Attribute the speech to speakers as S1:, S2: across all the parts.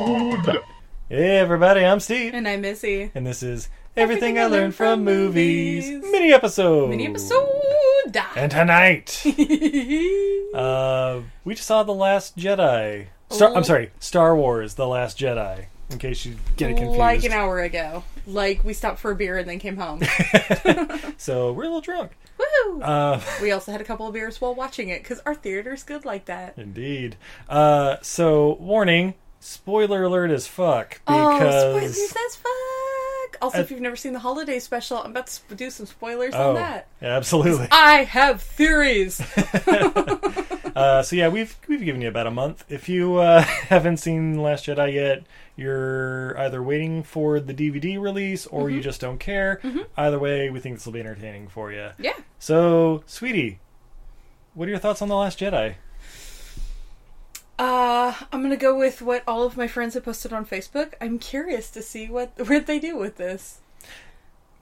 S1: Hey everybody, I'm Steve,
S2: And I'm Missy.
S1: and this is Everything, I Learned from Movies, mini episode.
S2: Mini episode.
S1: And tonight, uh, we just saw the Last Jedi. Star- I'm sorry, Star Wars: The Last Jedi. In case you get it confused.
S2: like an hour ago. Like we stopped for a beer and then came home.
S1: So we're a little drunk.
S2: Woo!
S1: Uh,
S2: we also had a couple of beers while watching it because our theater's good like that.
S1: indeed. Uh, so warning, spoiler alert as fuck
S2: Oh,
S1: because
S2: spoilers as fuck! Also, if
S1: Uh,
S2: you've never seen the holiday special, I'm about to sp- do some spoilers
S1: Oh,
S2: on that.
S1: absolutely.
S2: I have theories.
S1: Uh, so yeah, we've we've given you about a month. If you uh, haven't seen Last Jedi yet, you're either waiting for the DVD release or you just don't care. Either way, we think this will be entertaining for you.
S2: yeah.
S1: So, sweetie, what are your thoughts on the Last Jedi?
S2: Uh, I'm gonna go with what all of my friends have posted on Facebook. I'm curious to see what what they do with this.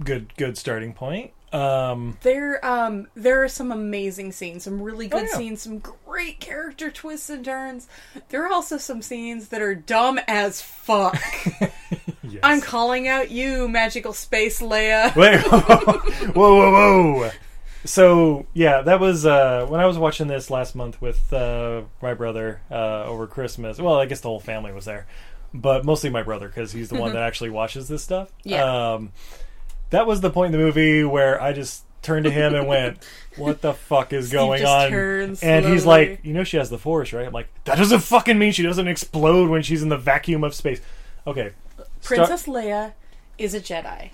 S1: Good good starting point. Um,
S2: There, um, there are some amazing scenes, some really good
S1: Oh, yeah.
S2: scenes, some great character twists and turns. There are also some scenes that are dumb as fuck.
S1: yes.
S2: I'm calling out you, magical space Leia.
S1: Wait, whoa, whoa, whoa. So yeah, that was uh, when I was watching this last month with uh, my brother uh, over Christmas. Well, I guess the whole family was there, but mostly my brother because he's the one that actually watches this stuff.
S2: Mm-hmm. Yeah.
S1: Um, that was the point in the movie where I just turned to him and went, "What the fuck is going
S2: just
S1: on?"
S2: turns
S1: and he's
S2: slowly.
S1: like, "You know she has the force, right?" I'm like, "That doesn't fucking mean she doesn't explode when she's in the vacuum of space." Okay, Star-
S2: Princess Leia is a Jedi.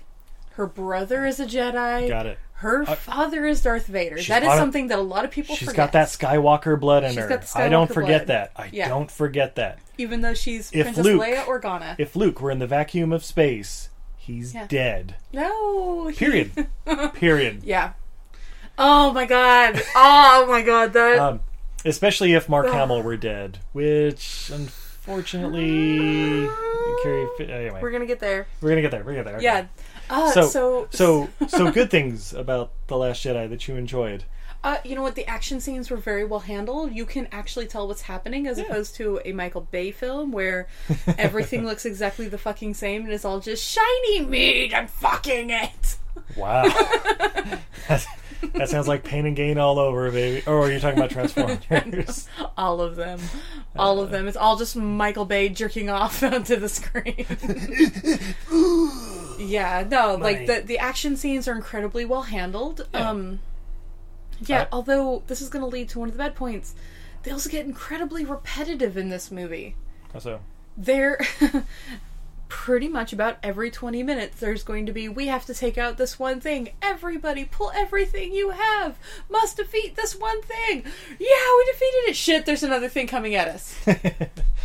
S2: Her brother is a Jedi.
S1: got it. Uh,
S2: Her father is Darth Vader. That is
S1: auto-
S2: something that a lot of people
S1: She's got
S2: forget.
S1: that Skywalker blood in
S2: She's
S1: her.
S2: got the
S1: I don't
S2: Skywalker
S1: forget
S2: blood.
S1: that. I
S2: Yeah.
S1: don't forget that.
S2: even though she's
S1: If
S2: Princess
S1: Luke-
S2: Leia or Ghana.
S1: If Luke were in the vacuum of space, he's
S2: Yeah.
S1: dead.
S2: no, he-
S1: Period. Period.
S2: yeah. Oh my god. Oh my god. That
S1: Um, especially if Mark Hamill were dead, which unfortunately, Carrie. Fi- Anyway,
S2: we're gonna get there.
S1: we're gonna get there. We're gonna get there. okay.
S2: Yeah. Uh,
S1: So,
S2: so,
S1: so, so good things about the Last Jedi that you enjoyed.
S2: uh, you know what? The action scenes were very well handled. You can actually tell what's happening as opposed to a Michael Bay film where everything looks exactly the fucking same and it's all just shiny meat. I'm fucking it.
S1: Wow. That's- that sounds like pain and gain all over, baby. Oh, are you talking about Transformers?
S2: All of them, all of them. It's all just Michael Bay jerking off onto the screen. yeah, no,
S1: Money.
S2: like the the action scenes are incredibly well handled.
S1: Yeah.
S2: Um, yeah.
S1: Uh,
S2: although this is going to lead to one of the bad points, they also get incredibly repetitive in this movie.
S1: so,
S2: they're pretty much about every 20 minutes there's going to be we have to take out this one thing everybody pull everything you have must defeat this one thing yeah we defeated it shit there's another thing coming at us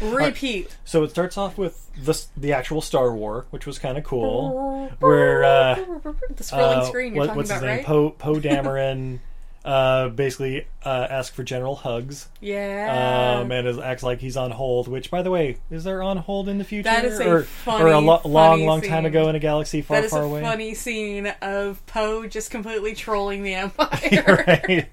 S2: repeat
S1: So it starts off with the the actual Star War, which was kind of cool. Where uh,
S2: the scrolling
S1: uh,
S2: screen you're
S1: what-
S2: talking
S1: what's
S2: about
S1: his name?
S2: right
S1: Poe Poe Dameron uh, basically uh, asks for General Hugs
S2: yeah
S1: um, and is, acts like he's on hold. Which, by the way, is there on hold in the future?
S2: That is a
S1: or,
S2: funny,
S1: or a lo- long,
S2: funny
S1: long time
S2: scene.
S1: ago in a galaxy far,
S2: that is
S1: far
S2: a
S1: away.
S2: funny scene of Poe just completely trolling the Empire.
S1: right?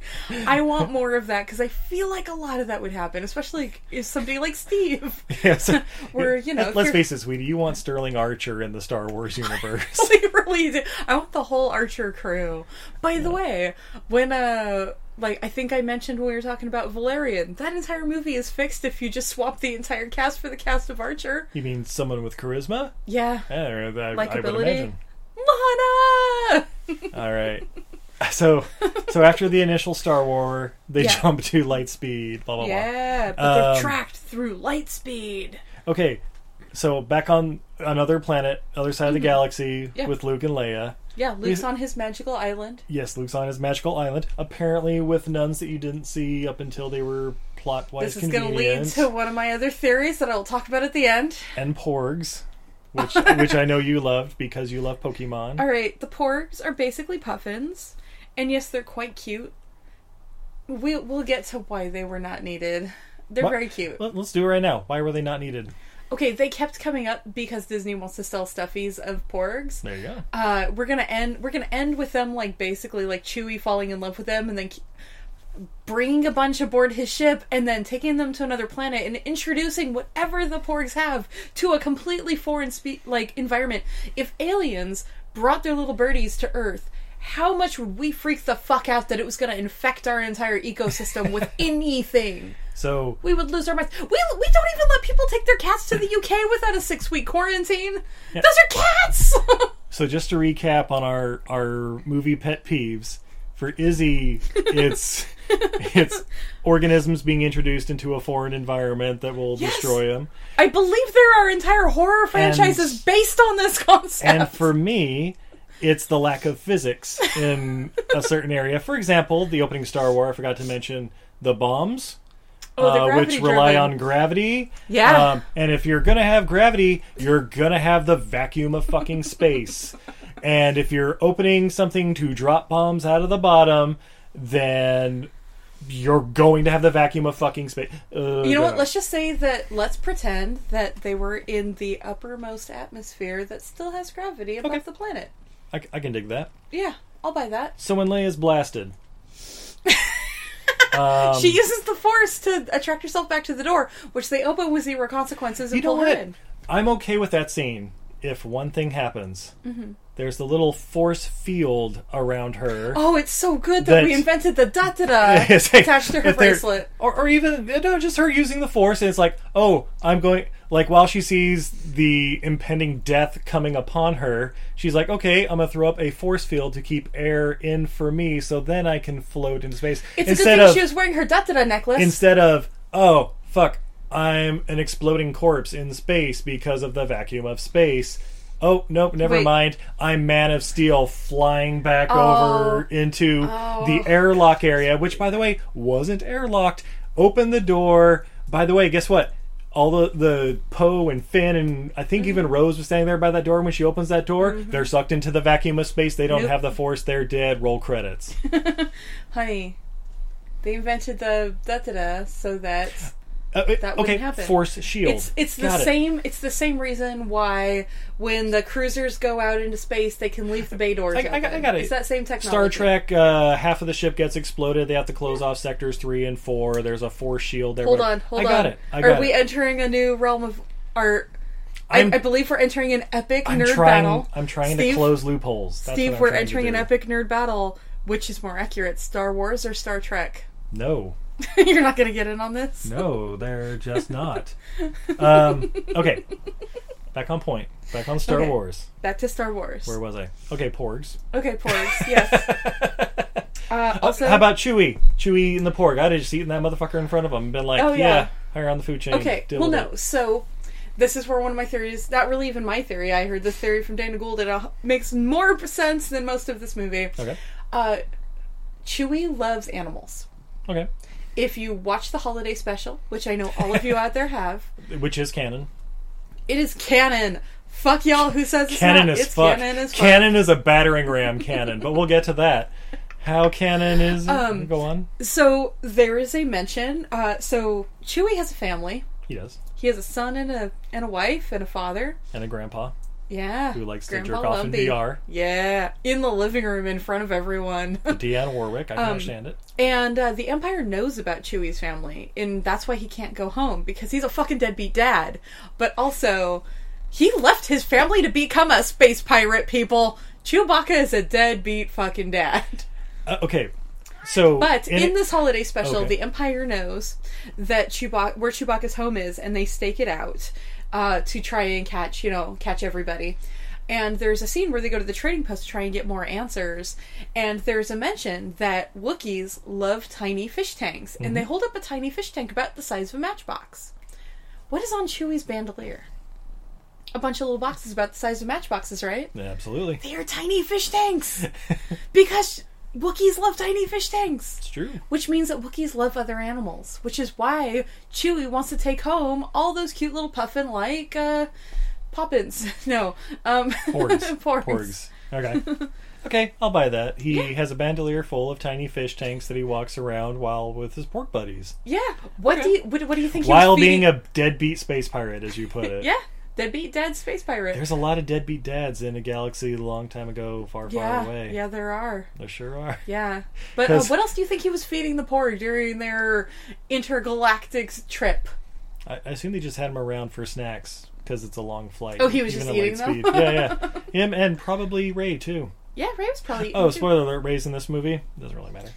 S2: I want more of that because I feel like a lot of that would happen, especially if somebody like Steve
S1: Yeah, so-
S2: Where, you know,
S1: Let-
S2: if
S1: let's
S2: you're-
S1: face it, sweetie. You want Sterling Archer in the Star Wars universe?
S2: they really do. I want the whole Archer crew. By the way, when uh like I think I mentioned when we were talking about Valerian. That entire movie is fixed if you just swap the entire cast for the cast of Archer.
S1: You mean someone with charisma? Eh,
S2: Yeah.
S1: I, don't know, I, I would
S2: Likability.
S1: imagine.
S2: Lana!
S1: All right. So, so after the initial Star War, they
S2: Yeah.
S1: jump to Lightspeed. Blah blah blah.
S2: yeah, but they're
S1: Um,
S2: tracked through light speed.
S1: Okay, so back on another planet, other side of the galaxy,
S2: Mm-hmm. Yeah.
S1: with Luke and Leia.
S2: Yeah, Luke's
S1: Is-
S2: on his magical island.
S1: Yes, Luke's on his magical island, apparently with nuns that you didn't see up until they were plot wise
S2: This is going to lead
S1: convenient,
S2: to one of my other theories that I will talk about at the end.
S1: and porgs, which which I know you loved because you love Pokemon.
S2: All right, the porgs are basically puffins, and yes, they're quite cute. We we'll get to why they were not needed. They're
S1: What?
S2: very cute.
S1: Let, us do it right now. Why were they not needed?
S2: Okay, they kept coming up because Disney wants to sell stuffies of porgs.
S1: There you go.
S2: Uh, we're gonna end. We're gonna end with them like basically like Chewie falling in love with them, and then ke- bringing a bunch aboard his ship, and then taking them to another planet and introducing whatever the porgs have to a completely foreign spe- like environment. If aliens brought their little birdies to Earth. How much would we freak the fuck out that it was going to infect our entire ecosystem with anything?
S1: So
S2: We would lose our minds. We, we don't even let people take their cats to the UK without a six week quarantine. Those are cats!
S1: So just to recap on our our movie pet peeves for Izzy, it's it's organisms being introduced into a foreign environment that will
S2: Yes.
S1: destroy them.
S2: I believe there are entire horror franchises based on this concept.
S1: And for me, it's the lack of physics in a certain area. For example, the opening Star Wars. I forgot to mention the bombs.
S2: Oh, the
S1: uh,
S2: gravity
S1: which rely
S2: driven.
S1: on gravity.
S2: Yeah.
S1: Um, and if you're gonna have gravity, you're gonna have the vacuum of fucking space. and if you're opening something to drop bombs out of the bottom, then you're going to have the vacuum of fucking space. Uh,
S2: you know what? Let's just say that let's pretend that they were in the uppermost atmosphere that still has gravity above
S1: Okay.
S2: the planet.
S1: I, I can dig that.
S2: Yeah, I'll buy that.
S1: So when Leia's blasted, Um,
S2: she uses the force to attract herself back to the door, which they open with zero consequences and
S1: you know
S2: pull her
S1: what?
S2: in.
S1: I'm okay with that scene if one thing happens. There's the little force field around her.
S2: Mm-hmm. Oh, it's so good that
S1: That's-
S2: we invented the da da da
S1: It's like,
S2: attached to her
S1: if they're-
S2: bracelet.
S1: or, or even no, just her using the force, and it's like, oh, I'm going. Like while she sees the impending death coming upon her, she's like, okay, I'm gonna throw up a force field to keep air in for me, so then I can float in space.
S2: It's a good thing she was wearing her da da da necklace.
S1: instead of oh fuck, I'm an exploding corpse in space because of the vacuum of space. Oh nope, never
S2: Wait. Oh.
S1: mind. I'm Man of Steel flying back over into the airlock area, which by the way wasn't airlocked. Open the door. By the way, guess what? All the the Poe and Finn and I think
S2: Mm-hmm.
S1: even Rose was standing there by that door. When she opens that door, they're sucked into the vacuum of space. They don't
S2: Nope.
S1: have the force. They're dead. Roll credits.
S2: Honey, they invented the da da da so that
S1: Uh, it-
S2: That
S1: okay,
S2: wouldn't happen.
S1: force shield.
S2: it's it's the
S1: Got it.
S2: same it's the same reason why when the cruisers go out into space they can leave the bay doors.
S1: I- I got- I
S2: open.
S1: got it.
S2: It's that same technology.
S1: Star Trek, uh, half of the ship gets exploded. They have to close off sectors three and four. There's a force shield. There.
S2: Hold on, hold
S1: I got
S2: on.
S1: it. I
S2: Are
S1: got
S2: we
S1: it.
S2: entering a new realm of art? I,
S1: I'm-
S2: I believe we're entering an epic
S1: I'm
S2: nerd
S1: trying.
S2: battle.
S1: I'm trying
S2: Steve?
S1: to close loopholes. That's what
S2: Steve,
S1: I'm
S2: we're
S1: trying to
S2: entering an
S1: do.
S2: epic nerd battle. Which is more accurate, Star Wars or Star Trek?
S1: No,
S2: You're not going to get in on this.
S1: no, they're just not. um, okay, back on point. Back on Star
S2: Okay.
S1: Wars.
S2: Back to Star Wars.
S1: Where was I? Okay, Porgs.
S2: Okay, porgs. Yes. Uh, also,
S1: How about Chewie? Chewie and the Porg. I'd have just eaten that motherfucker in front of him and been like,
S2: Oh,
S1: yeah.
S2: yeah.
S1: higher on the food chain.
S2: Okay,
S1: Deal
S2: well,
S1: with
S2: no.
S1: it."
S2: So, this is where one of my theories, not really even my theory, I heard this theory from Dana Gould that uh, makes more sense than most of this movie.
S1: Okay.
S2: Uh, Chewie loves animals.
S1: Okay.
S2: If you watch the holiday special, which I know all of you out there have,
S1: Which is canon.
S2: it is canon. Fuck y'all who says it's
S1: Canon
S2: not.
S1: is
S2: it's
S1: fuck.
S2: canon as fuck.
S1: Canon is a battering ram cannon, but we'll get to that. How canon is
S2: Um,
S1: go on?
S2: So there is a mention. Uh, so Chewie has a family.
S1: He does.
S2: He has a son and a and a wife and a father.
S1: And a grandpa
S2: Yeah.
S1: who likes to
S2: Grandpa
S1: jerk off in
S2: Lumpy.
S1: VR.
S2: Yeah, in the living room in front of everyone.
S1: Deanne Warwick, I
S2: Um,
S1: can understand it.
S2: and uh, the Empire knows about Chewie's family, and that's why he can't go home because he's a fucking deadbeat dad. But also, he left his family to become a space pirate, people. Chewbacca is a deadbeat fucking dad.
S1: Uh, okay. So,
S2: But
S1: and
S2: in
S1: it-
S2: this holiday special,
S1: Okay.
S2: the Empire knows that Chewbacca, where Chewbacca's home is, and they stake it out uh, to try and catch, you know, catch everybody. And there's a scene where they go to the trading post to try and get more answers. And there's a mention that Wookiees love tiny fish tanks, and
S1: Mm-hmm.
S2: they hold up a tiny fish tank about the size of a matchbox. What is on Chewie's bandolier? A bunch of little boxes about the size of matchboxes, right?
S1: Yeah, absolutely,
S2: They are tiny fish tanks because Wookiees love tiny fish tanks
S1: it's true.
S2: which means that Wookiees love other animals, which is why Chewie wants to take home all those cute little puffin like uh, poppins. No, um,
S1: Porgs.
S2: porgs.
S1: Okay. Okay, I'll buy that. He has a bandolier full of tiny fish tanks that he walks around while with his pork buddies,
S2: Yeah. What do you what, what do you think? he was
S1: while being
S2: feeding-
S1: a deadbeat space pirate, as you put it.
S2: yeah deadbeat dad space pirate.
S1: There's a lot of deadbeat dads in a galaxy a long time ago, far, far
S2: yeah,
S1: away.
S2: yeah, there are.
S1: There sure are.
S2: Yeah, but uh,
S1: 'Cause-
S2: what else do you think he was feeding the porg during their intergalactic trip?
S1: I, I assume they just had him around for snacks because it's a long flight.
S2: Oh, he was just
S1: at
S2: eating
S1: light
S2: them?
S1: speed. yeah, yeah. Him and probably Ray too.
S2: Yeah, Ray was probably.
S1: Oh, spoiler alert! Ray's in this movie. Doesn't really matter.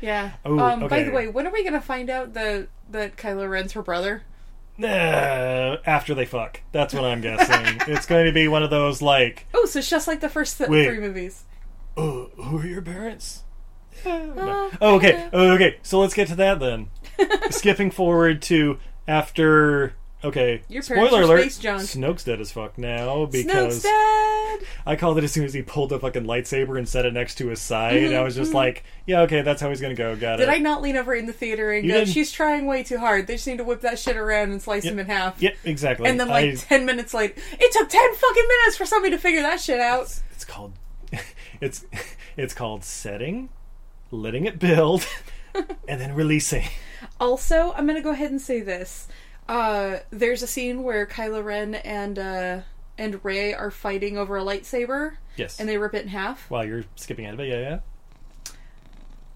S2: Yeah.
S1: Ooh,
S2: um, By
S1: Oh, okay.
S2: the way, when are we gonna find out that that Kylo Ren's her brother?
S1: Nah, after they fuck. That's what I'm guessing. it's going to be one of those like,
S2: Oh, so it's just like the first th-
S1: Wait.
S2: three movies.
S1: oh, who are your parents? Yeah, no.
S2: Oh,
S1: Oh, okay.
S2: yeah.
S1: Oh, okay. So let's get to that then. Skipping forward to after. Okay.
S2: Your parents
S1: Spoiler
S2: are
S1: alert.
S2: space junk.
S1: Snoke's dead as fuck now
S2: Snoke's
S1: because
S2: dead.
S1: I called it as soon as he pulled the fucking lightsaber and set it next to his side. I was just like, yeah, okay, that's how he's gonna go. Got
S2: Mm-hmm. Did
S1: it.
S2: I not lean over in the theater and
S1: You
S2: go,
S1: didn't-
S2: she's trying way too hard. They just need to whip that shit around and slice him in half.
S1: Yep, exactly.
S2: And then, like,
S1: I-
S2: 10 minutes later, it took 10 fucking minutes for somebody to figure that shit out.
S1: it's called it's it's called setting letting it build and then releasing
S2: Also, I'm going to go ahead and say this. Uh, there's a scene where Kylo Ren and, uh, and Rey are fighting over a lightsaber
S1: yes
S2: and they rip it in half.
S1: while you're skipping out of it yeah yeah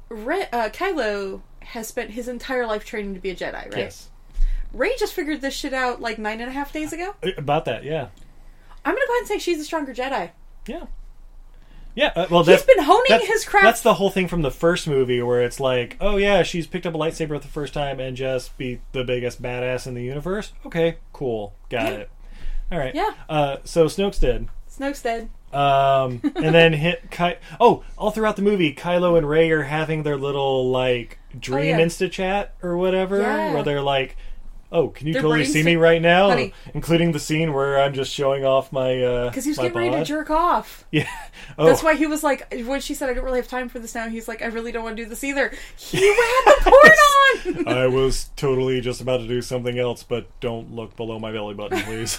S2: Rey, uh, Kylo has spent his entire life training to be a Jedi, right?
S1: yes
S2: Rey just figured this shit out like nine and a half days ago.
S1: Uh, about that yeah
S2: I'm going to go ahead and say she's the stronger Jedi.
S1: yeah yeah uh, well
S2: He's
S1: that's
S2: been honing
S1: that's-
S2: his craft
S1: that's the whole thing from the first movie where it's like oh yeah she's picked up a lightsaber the first time and just beat the biggest badass in the universe okay cool got
S2: Yeah.
S1: it all right
S2: Yeah.
S1: uh, so snoke's dead
S2: Snoke's dead.
S1: Um, and then hit Ky- oh, all throughout the movie, Kylo and Ray are having their little like dream
S2: Oh, yeah.
S1: insta chat or whatever,
S2: Yeah.
S1: where they're like, "Oh, can you
S2: Their
S1: totally
S2: brains
S1: see
S2: to-
S1: me right now?"
S2: Honey.
S1: including the scene where I'm just showing off my uh,
S2: Because he was
S1: my
S2: getting ready to
S1: bod.
S2: jerk off.
S1: Yeah. Oh,
S2: That's why he was like, when she said, I don't really have time for this now, he's like, I really don't want to do this either. He had the porn on!
S1: I was totally just about to do something else, but don't look below my belly button, please.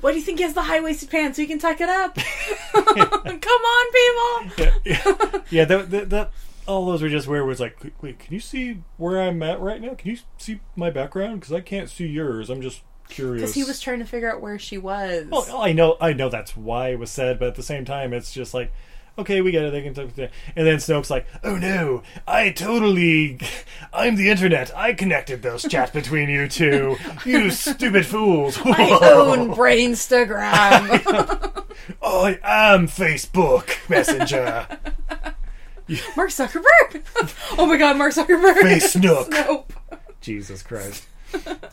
S2: Why do you think he has the high waisted pants so he can tuck it up? Come on, people!
S1: yeah, yeah, yeah, that, that, that all those were just weird. Was like, "Wait, wait, can you see where I'm at right now? Can you see my background? Because I can't see yours. I'm just curious.
S2: Because he was trying to figure out where she was.
S1: Well, I know, I know that's why it was said, but at the same time, it's just like, okay, we get it. They can talk. to- And then Snoke's like, oh no, I totally, I'm the internet. I connected those chats between you two. You stupid fools.
S2: I own Brainstagram.
S1: I am Facebook Messenger.
S2: Mark Zuckerberg! oh my god, Mark Zuckerberg!
S1: Face Snook.
S2: Nope.
S1: Jesus Christ.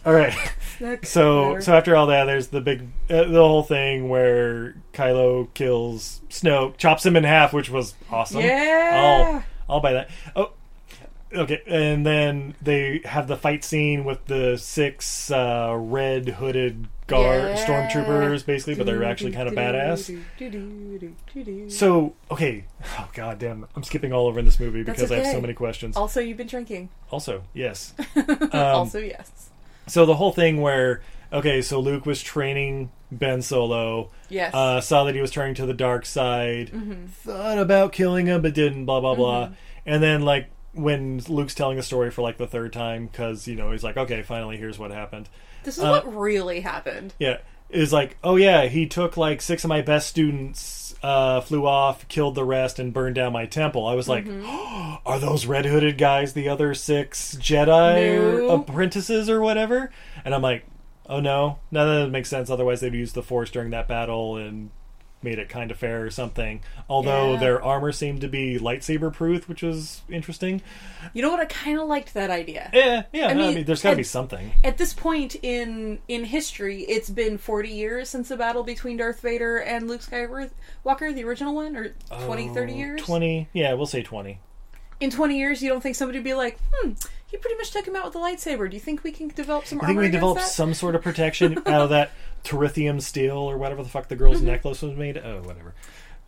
S1: All right.
S2: Snook.
S1: So
S2: Whatever.
S1: so after all that, there's the big uh, the whole thing where Kylo kills Snoke, chops him in half, which was awesome.
S2: Yeah.
S1: I'll I'll buy that. Oh, okay. And then they have the fight scene with the six uh, red hooded guard
S2: Yeah.
S1: stormtroopers, basically, but they're actually kind of badass.
S2: badass.
S1: So okay, oh god damn, I'm skipping all over in this movie
S2: That's
S1: because I have so
S2: okay.
S1: many questions.
S2: Also, you've been drinking.
S1: Also, yes. Um,
S2: also, yes.
S1: So the whole thing where okay, so Luke was training Ben Solo.
S2: Yes.
S1: uh, saw that he was turning to the dark side, thought about killing him but didn't, blah, blah, blah. And then, like, when Luke's telling the story for, like, the third time, because, you know, he's like, okay, finally, here's what happened.
S2: This
S1: Uh,
S2: is what really happened.
S1: Yeah. Is like, oh, yeah, he took, like, six of my best students, uh, flew off, killed the rest, and burned down my temple. I was like,
S2: Mm-hmm.
S1: are those red hooded guys the other six Jedi
S2: No.
S1: apprentices or whatever? And I'm like, oh, no, none of that makes sense. Otherwise, they'd use the Force during that battle and made it kind of fair or something. Although
S2: Yeah.
S1: their armor seemed to be lightsaber proof, which was interesting.
S2: You know what? I kind of liked that idea.
S1: Yeah, yeah. I mean,
S2: Eh, mean,
S1: there's got to
S2: and-
S1: be something.
S2: At this point in in history, it's been 40 years since the battle between Darth Vader and Luke Skywalker, the original one, or 20,
S1: Oh,
S2: 30 years?
S1: 20. Yeah, we'll say 20.
S2: In 20 years, you don't think somebody would be like, hmm, he pretty much took him out with a lightsaber. Do you think we can develop some
S1: I
S2: armor
S1: think we
S2: against
S1: developed
S2: that?
S1: some sort of protection out of that terithium steel or whatever the fuck the girl's necklace was made. Oh, whatever.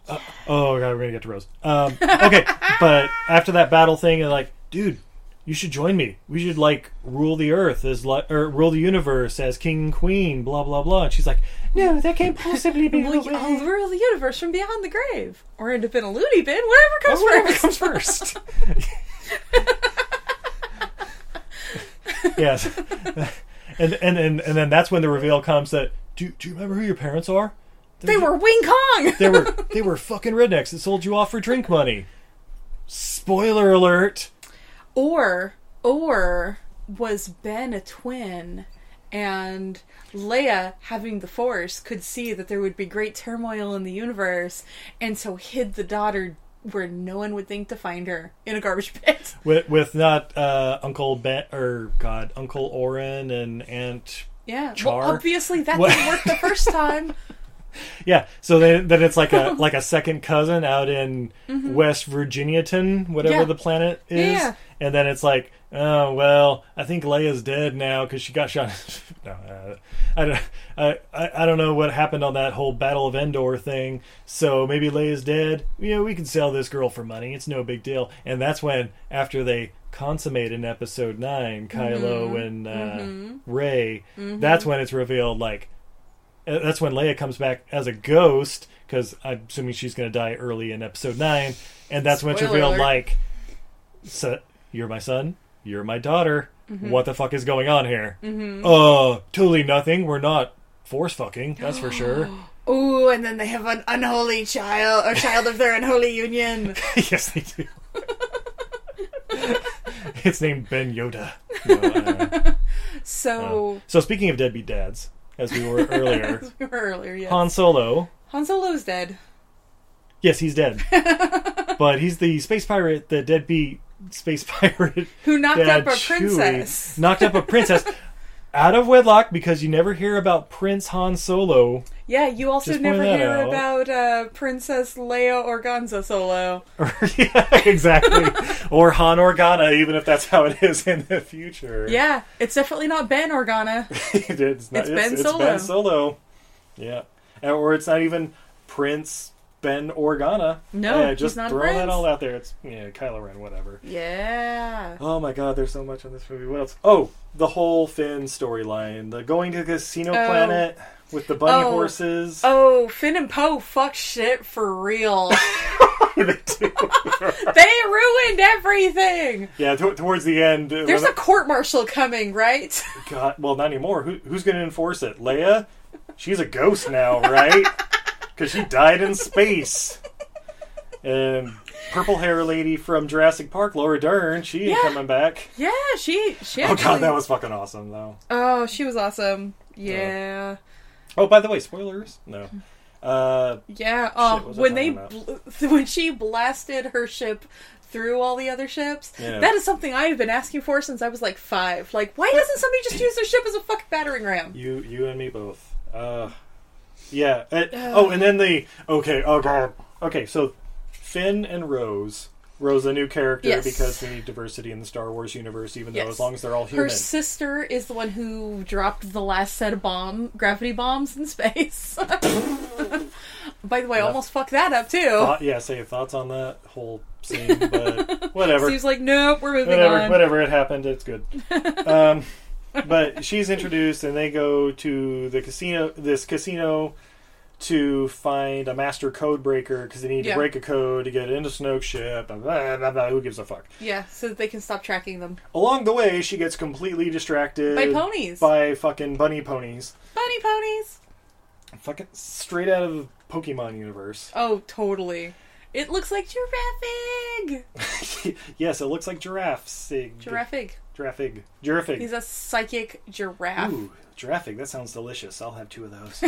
S1: Uh, oh god, we're gonna get to Rose. Um, okay, but after that battle thing, they're like, dude, you should join me. We should like rule the earth as li- or rule the universe as king and queen. Blah blah blah. And she's like, no, that can't possibly be.
S2: Will
S1: the
S2: you-
S1: way."
S2: I'll rule the universe from beyond the grave. Or end up in a loony bin, whatever comes
S1: Whatever comes
S2: first.
S1: first. yes, and, and and and then that's when the reveal comes that do do you remember who your parents are?
S2: They were Wing Kong!
S1: They were they were fucking rednecks that sold you off for drink money. Spoiler alert.
S2: Or, or was Ben a twin? And Leia, having the Force, could see that there would be great turmoil in the universe, and so hid the daughter where no one would think to find her in a garbage pit.
S1: With with not uh, Uncle Ben or God Uncle Oren and Aunt.
S2: Yeah. Well,
S1: Char.
S2: obviously that
S1: What-
S2: didn't work the first time.
S1: Yeah, so then, then it's like a like a second cousin out in West Virginiaton, whatever
S2: Mm-hmm. Yeah.
S1: the planet is,
S2: Yeah.
S1: and then it's like, oh well, I think Leia's dead now because she got shot. no, uh, I don't, I, I I don't know what happened on that whole Battle of Endor thing. So maybe Leia's dead. You know, we can sell this girl for money. It's no big deal. And that's when after they consummate in Episode Nine, Kylo and
S2: Mm-hmm.
S1: uh, Ray, that's when it's revealed like. Uh, that's when Leia comes back as a ghost because I'm assuming she's going to die early in episode nine, and that's when it's
S2: Spoiler
S1: revealed
S2: alert.
S1: like, so, "You're my son. You're my daughter.
S2: Mm-hmm.
S1: What the fuck is going on here? Mm-hmm. Uh, totally nothing. We're not force fucking. That's for sure.
S2: Ooh, and then they have an unholy child, or child of their unholy union.
S1: yes, they do. it's named Ben Yoda. No, I don't know.
S2: So
S1: So speaking of deadbeat dads, as we were earlier,
S2: as we were earlier, yes. Han,
S1: Oh. Han Solo.
S2: Solo's dead.
S1: Yes, he's dead. but he's the space pirate, the deadbeat space pirate.
S2: Who knocked
S1: Dad
S2: up a
S1: Chewie
S2: princess?
S1: Knocked up a princess out of wedlock because you never hear about Prince Han Solo.
S2: Yeah, you also
S1: Just point
S2: never
S1: that
S2: hear
S1: out.
S2: about uh, Princess Leia Organza Solo.
S1: yeah, exactly. or Han Organa, even if that's how it is in the future.
S2: Yeah, it's definitely not Ben Organa.
S1: it's, not, it's,
S2: It's Ben
S1: it's
S2: Solo.
S1: Ben Solo. Yeah. And, or it's not even Prince Ben Organa.
S2: No,
S1: Yeah,
S2: he's
S1: just
S2: not a
S1: throw that
S2: prince.
S1: all out there. It's yeah, Kylo Ren, whatever.
S2: Yeah.
S1: Oh my god, there's so much in this movie. What else? Oh, the whole Finn storyline. The going to the casino planet with the bunny
S2: Oh.
S1: horses.
S2: Oh, Finn and Poe fuck shit for real.
S1: They do.
S2: they ruined everything.
S1: yeah, to- towards the end. uh,
S2: There's
S1: when-
S2: a court martial coming, right?
S1: God, well, not anymore. Who, who's going to enforce it? Leia? She's a ghost now, right? Because she died in space. And purple hair lady from Jurassic Park, Laura Dern, she ain't
S2: Yeah.
S1: coming back.
S2: Yeah, she she.
S1: Oh
S2: Actually,
S1: god, that was fucking awesome, though.
S2: Oh, she was awesome. Yeah,
S1: Oh, by the way, spoilers? No.
S2: Hmm.
S1: Uh,
S2: yeah. Oh,
S1: what was I
S2: when they
S1: talking
S2: bl- when she blasted her ship through all the other ships,
S1: Yeah.
S2: that is something I have been asking for since I was like five. Like, why doesn't somebody just use their ship as a fucking battering ram?
S1: You, you and me both. Uh, yeah. Uh, oh, and then the okay. Oh god. Okay, so Finn and Rose. Rose, a new character
S2: Yes.
S1: because we need diversity in the Star Wars universe. Even though
S2: Yes.
S1: as long as they're all
S2: Her
S1: human.
S2: sister is the one who dropped the last set of bomb gravity bombs in space. By the way, I almost fucked that up too.
S1: Thought- yeah. So your thoughts on that whole scene, but whatever.
S2: Steve's like, nope, we're moving
S1: whatever,
S2: on.
S1: whatever. It happened. It's good. Um, but she's introduced, and they go to the casino. This casino to find a master code breaker because they need
S2: Yeah.
S1: to break a code to get into Snoke's ship. and Blah, blah, blah, who gives a fuck?
S2: Yeah, so that they can stop tracking them.
S1: Along the way, she gets completely distracted
S2: By ponies.
S1: by fucking bunny ponies,
S2: Bunny ponies.
S1: fucking straight out of Pokemon universe.
S2: Oh, totally. It looks like giraffig.
S1: yes, it looks like giraffe. Sig.
S2: Giraffig.
S1: Giraffig. Giraffig.
S2: He's a psychic giraffe.
S1: Ooh, giraffe. That sounds delicious. I'll have two of those.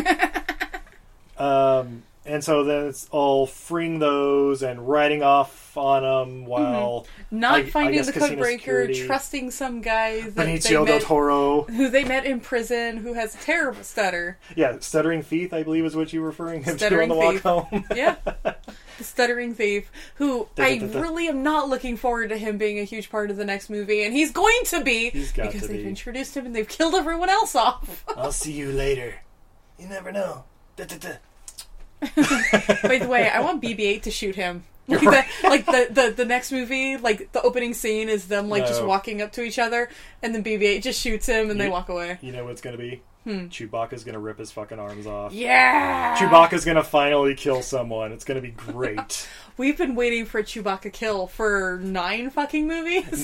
S1: Um, and so then it's all freeing those and riding off on them while
S2: Mm-hmm. Not
S1: I- I
S2: finding
S1: guess
S2: the
S1: casino
S2: codebreaker,
S1: security-
S2: trusting some guy that they
S1: Benicio del
S2: met,
S1: Toro.
S2: who they met in prison who has a terrible stutter.
S1: Yeah, stuttering thief, I believe, is what you were referring him to on
S2: Stuttering
S1: the walk
S2: thief.
S1: home.
S2: Yeah. the stuttering thief, who I
S1: Da-da-da-da.
S2: really am not looking forward to him being a huge part of the next movie, and he's going to be
S1: He's got
S2: because
S1: to
S2: they've
S1: be.
S2: introduced him and they've killed everyone else off.
S1: I'll see you later. You never know. Da, da, da.
S2: By the way, I want BB-8 to shoot him. Like, the, like the, the the next movie, like the opening scene is them like just
S1: No.
S2: walking up to each other, and then BB-8 just shoots him, and they
S1: You-
S2: walk away.
S1: You know what's gonna be? Chewbacca's gonna rip his fucking arms off.
S2: Hmm. Yeah,
S1: Chewbacca's gonna finally kill someone. It's gonna be great.
S2: We've been waiting for Chewbacca kill for nine fucking movies.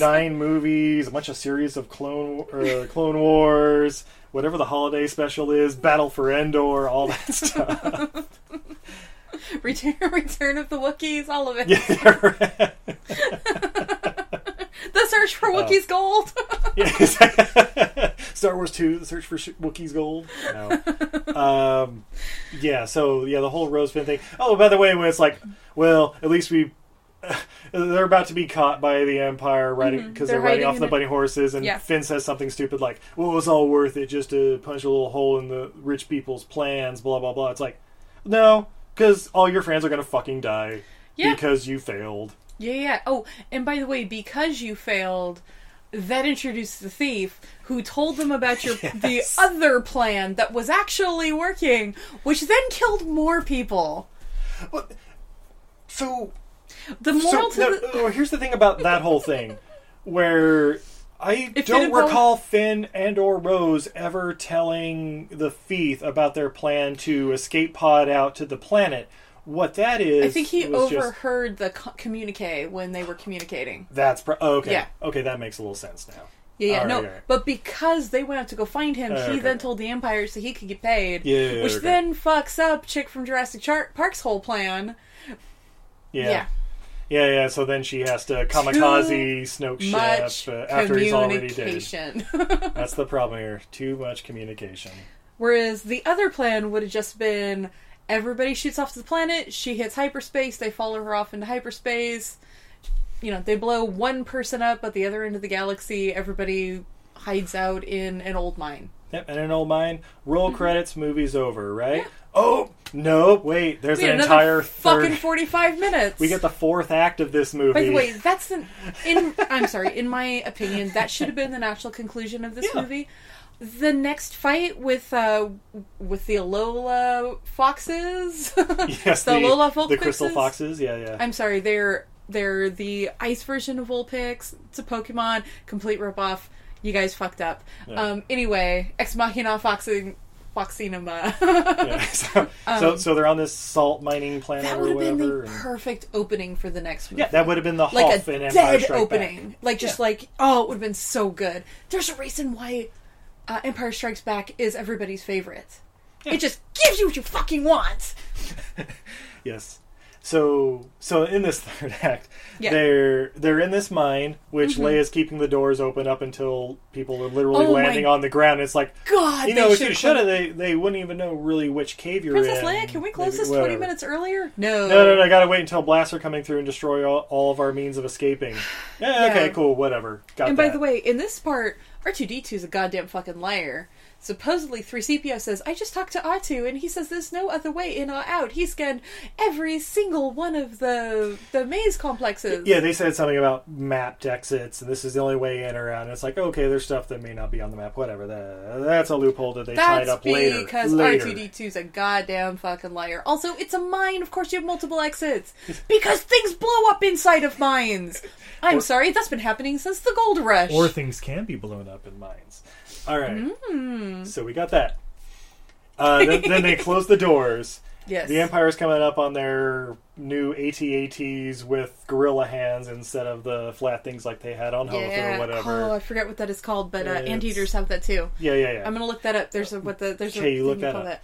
S1: Nine movies, a bunch of series of Clone uh, Clone Wars, whatever the holiday special is, Battle for Endor, all that stuff.
S2: Return, Return of the Wookiees, all of it.
S1: yeah,
S2: The search
S1: Oh.
S2: for Wookiees gold.
S1: Yeah. Star Wars Two: The Search for Sh- Wookiee's Gold. No. Um, yeah. So yeah, the whole Rosebud thing. Oh, by the way, when it's like, well, at least we. They're about to be caught by the Empire riding because
S2: Mm-hmm. They're
S1: they're, riding
S2: hiding
S1: off
S2: in
S1: the
S2: it.
S1: bunny horses, and
S2: Yeah.
S1: Finn says something stupid like, "Well, it was all worth it just to punch a little hole in the rich people's plans." Blah blah blah. It's like, no, because all your friends are gonna fucking die
S2: Yeah.
S1: because you failed.
S2: Yeah, yeah. Oh, and by the way, because you failed, that introduced the thief who told them about your the other plan that was actually working, which then killed more people.
S1: What? So
S2: The moral
S1: So, no,
S2: to the
S1: oh, here's the thing about that whole thing, where I
S2: If Finn
S1: don't
S2: and Poe-
S1: recall Finn and or Rose ever telling the Thief about their plan to escape pod out to the planet. What that is,
S2: I think he
S1: was just-
S2: overheard the co- communique when they were communicating.
S1: that's pro- oh, okay.
S2: Yeah.
S1: Okay, that makes a little sense now.
S2: Yeah, yeah,
S1: All
S2: no.
S1: right, all right.
S2: But because they went out to go find him,
S1: Oh,
S2: he
S1: okay.
S2: then told the Empire so he could get paid.
S1: Yeah, yeah, yeah,
S2: which
S1: okay.
S2: then fucks up Chick from Jurassic Char- Park's whole plan.
S1: Yeah.
S2: yeah.
S1: yeah. Yeah, So then she has to kamikaze Snoke
S2: Much
S1: Chef uh, after he's already dead.
S2: communication.
S1: That's the problem here. Too much communication.
S2: Whereas the other plan would have just been everybody shoots off to the planet, she hits hyperspace, they follow her off into hyperspace. You know, they blow one person up at the other end of the galaxy, everybody hides out in an old mine.
S1: Yep, and an old mine. Roll
S2: Mm-hmm.
S1: credits, movie's over, right? Oh no, wait, there's
S2: We had
S1: an
S2: another
S1: entire third
S2: fucking 45 minutes.
S1: We get the fourth act of this movie.
S2: By the way, that's an in I'm sorry, in my opinion, that should have been the natural conclusion of this
S1: Yeah.
S2: movie. The next fight with uh with the Alola foxes.
S1: yes,
S2: the
S1: the,
S2: Lola Volpixes.
S1: the crystal foxes, yeah, yeah.
S2: I'm sorry, they're they're the ice version of Vulpix. It's a Pokemon, complete ripoff. You guys fucked up. Um, anyway, Ex Machina Foxing Foxinema.
S1: Yeah, so, so, so they're on this salt mining planet
S2: Um, that would
S1: or
S2: have been
S1: whatever.
S2: the
S1: and-
S2: perfect opening for the next movie.
S1: yeah, that would have been the
S2: like
S1: Hoff
S2: a
S1: in Empire
S2: dead
S1: Strike
S2: opening.
S1: Back.
S2: Like just
S1: Yeah.
S2: like oh, it would have been so good. There's a reason why uh, Empire Strikes Back is everybody's favorite. It just gives you what you fucking want.
S1: Yes. So, so in this third act,
S2: Yeah. Mm-hmm.
S1: they're they're in this mine, which Leia's keeping the doors open up until people are literally
S2: Oh my
S1: landing on the ground. It's like,
S2: God,
S1: you know,
S2: they
S1: if
S2: should
S1: you shut it, they, they wouldn't even know really which cave you're
S2: Princess
S1: in.
S2: Leia, can we close
S1: Maybe-
S2: this
S1: whatever.
S2: twenty minutes earlier? No,
S1: No, no, no! I gotta wait until blasts are coming through and destroy all, all of our means of escaping. Yeah, okay,
S2: Yeah.
S1: cool, whatever. Got
S2: And by
S1: that.
S2: the way, in this part, R2D2 is a goddamn fucking liar. Supposedly, 3CPO says, I just talked to R2, and he says there's no other way in or out. He scanned every single one of the the maze complexes.
S1: yeah, they said something about mapped exits, and this is the only way in or out. And it's like, okay, there's stuff that may not be on the map. Whatever. That, that's a loophole that they tied
S2: That's
S1: up later.
S2: because
S1: later.
S2: R2D2's a goddamn fucking liar. Also, it's a mine. Of course, you have multiple exits. Because things blow up inside of mines. I'm sorry, that's been happening since the gold rush.
S1: or things can be blown up in mines. All right.
S2: Mm.
S1: So we got that. Uh, then, then they close the doors.
S2: yes.
S1: The Empire's coming up on their new ATATs with gorilla hands instead of the flat things like they had on Hoth
S2: yeah.
S1: or whatever.
S2: Oh, I forget what that is called, but uh,
S1: It's-
S2: anteaters have that too.
S1: yeah, yeah, yeah.
S2: I'm gonna look that up. There's a what the there's a
S1: Okay, you
S2: thing
S1: look
S2: you
S1: that
S2: call
S1: up.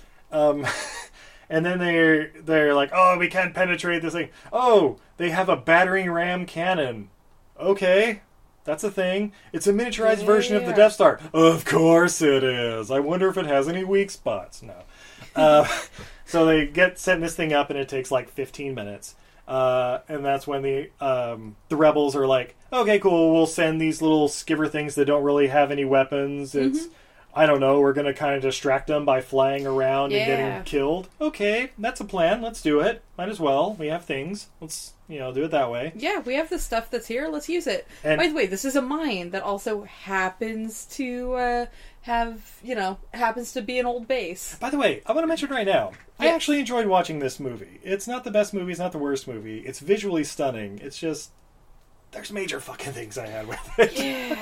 S1: Um, and then they're they're like, oh, we can't penetrate this thing. Oh, they have a battering ram cannon. Okay, That's a thing. It's a miniaturized version of the Death Star. Of course it is. I wonder if it has any weak spots. No. Uh, so they get setting this thing up, and it takes like 15 minutes. Uh, and that's when the um, the rebels are like, okay, cool. We'll send these little skiver things that don't really have any weapons. It's I don't know. We're gonna kind of distract them by flying around and
S2: Yeah.
S1: getting killed. Okay, that's a plan. Let's do it. Might as well. We have things. Let's you know do it that way.
S2: Yeah, we have the stuff that's here. Let's use it.
S1: And-
S2: By the way, this is a mine that also happens to uh, have, you know, happens to be an old base.
S1: By the way, I want to mention right now, I
S2: Yes.
S1: actually enjoyed watching this movie. It's not the best movie, it's not the worst movie. It's visually stunning. It's just there's major fucking things I had with it.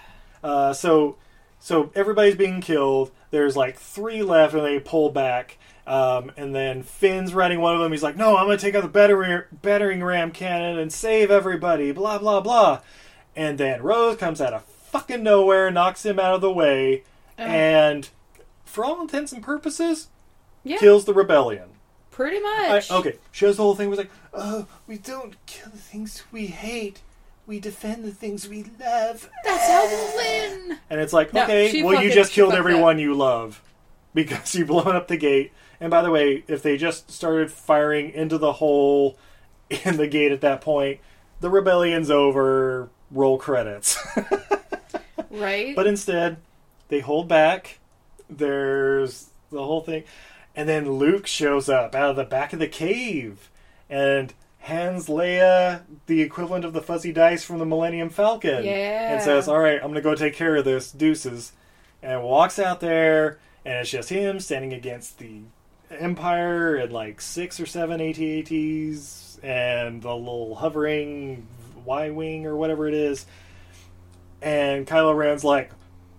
S1: uh, so so everybody's being killed. There's like three left, and they pull back. Um, and then Finn's riding one of them. He's like, "No, I'm gonna take out the battering, battering ram cannon and save everybody." Blah blah blah. And then Rose comes out of fucking nowhere, knocks him out of the way, and for all intents and purposes,
S2: Yeah,
S1: kills the rebellion.
S2: pretty
S1: I,
S2: much.
S1: okay, she has the whole thing was like, oh, we don't kill the things we hate, we defend the things we love.
S2: That's how we'll win.
S1: And it's like,
S2: No,
S1: okay,
S2: she
S1: well, you
S2: fucking-
S1: just
S2: she
S1: killed
S2: fucked
S1: everyone you love because you've blown up the gate. And by the way, if they just started firing into the hole in the gate at that point, the rebellion's over. Roll credits.
S2: Right?
S1: But instead, they hold back. There's the whole thing. And then Luke shows up out of the back of the cave and hands Leia the equivalent of the fuzzy dice from the Millennium Falcon.
S2: Yeah.
S1: And says, All right, I'm going to go take care of this. Deuces. And walks out there, and it's just him standing against the Empire and like six or seven ATATs and the little hovering Y Wing or whatever it is and Kylo Ren's like,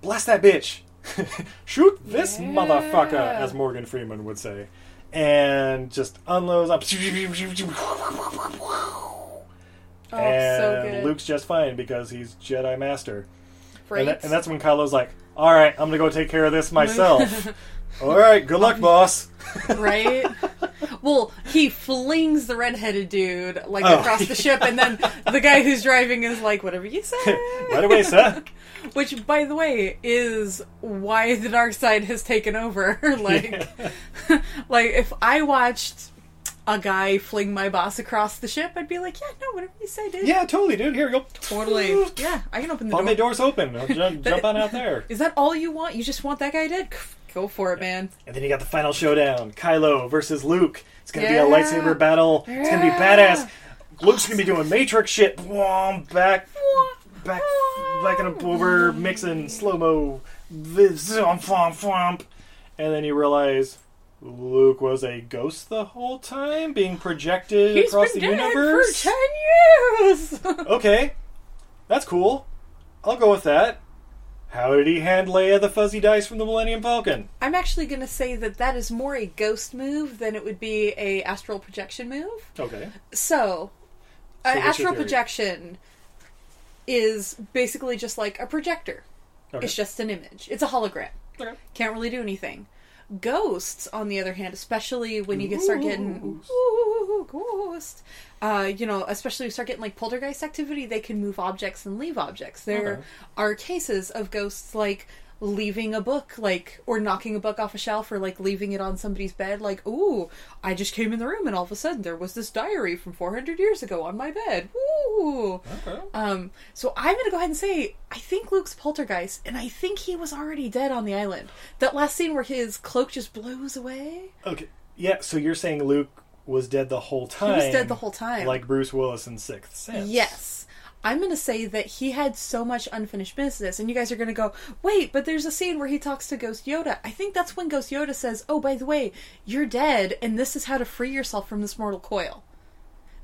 S1: "Blast that bitch! Shoot this
S2: Yeah.
S1: motherfucker!" as Morgan Freeman would say, and just unloads up.
S2: oh,
S1: and
S2: so good.
S1: Luke's just fine because he's Jedi Master. And,
S2: Right?
S1: tha- and that's when Kylo's like, "All right, I'm gonna go take care of this myself." All right, good
S2: Um,
S1: luck, boss.
S2: right? Well, he flings the redheaded dude like
S1: Oh.
S2: across the ship, and then the guy who's driving is like, "Whatever you say."
S1: right away, sir.
S2: Which, by the way, is why the dark side has taken over. like, like if I watched a guy fling my boss across the ship, I'd be like, "Yeah, no, whatever you say, dude."
S1: Yeah, totally, dude. Here, go.
S2: totally. Yeah, I can open the
S1: Bombay
S2: door.
S1: door's open. Jump, jump on out there.
S2: Is that all you want? You just want that guy dead? Go for it, man.
S1: And then you got the final showdown: Kylo versus Luke. It's gonna be a
S2: Yeah.
S1: lightsaber battle. It's gonna be
S2: Yeah.
S1: badass. Luke's gonna be doing Matrix shit. Whom, back, back, back and up over, mixing slow mo. And then you realize Luke was a ghost the whole time, being projected
S2: He's
S1: across
S2: been
S1: the
S2: dead
S1: universe.
S2: for ten years.
S1: okay, that's cool. I'll go with that. How did he hand Leia the fuzzy dice from the Millennium Falcon?
S2: I'm actually going to say that that is more a ghost move than it would be a astral projection move.
S1: Okay.
S2: So, an
S1: what's your
S2: astral
S1: theory?
S2: projection is basically just like a projector.
S1: Okay.
S2: It's just an image. It's a hologram.
S1: Okay.
S2: Can't really do anything. Ghosts, on the other hand, especially when you get start getting ooh, ghost, uh, you know, especially you start getting like poltergeist activity, they can move objects and leave objects. There
S1: Okay.
S2: are cases of ghosts like leaving a book, like or knocking a book off a shelf, or like leaving it on somebody's bed. Like, ooh, I just came in the room and all of a sudden there was this diary from 400 years ago on my bed. Ooh.
S1: Okay.
S2: Um, so I'm gonna go ahead and say I think Luke's poltergeist, and I think he was already dead on the island. That last scene where his cloak just blows away.
S1: Okay. Yeah, so you're saying Luke was dead the whole time.
S2: was dead the whole time.
S1: Like Bruce Willis in Sixth Sense.
S2: Yes. I'm going to say that he had so much unfinished business, and you guys are going to go, wait, but there's a scene where he talks to Ghost Yoda. I think that's when Ghost Yoda says, oh, by the way, you're dead, and this is how to free yourself from this mortal coil.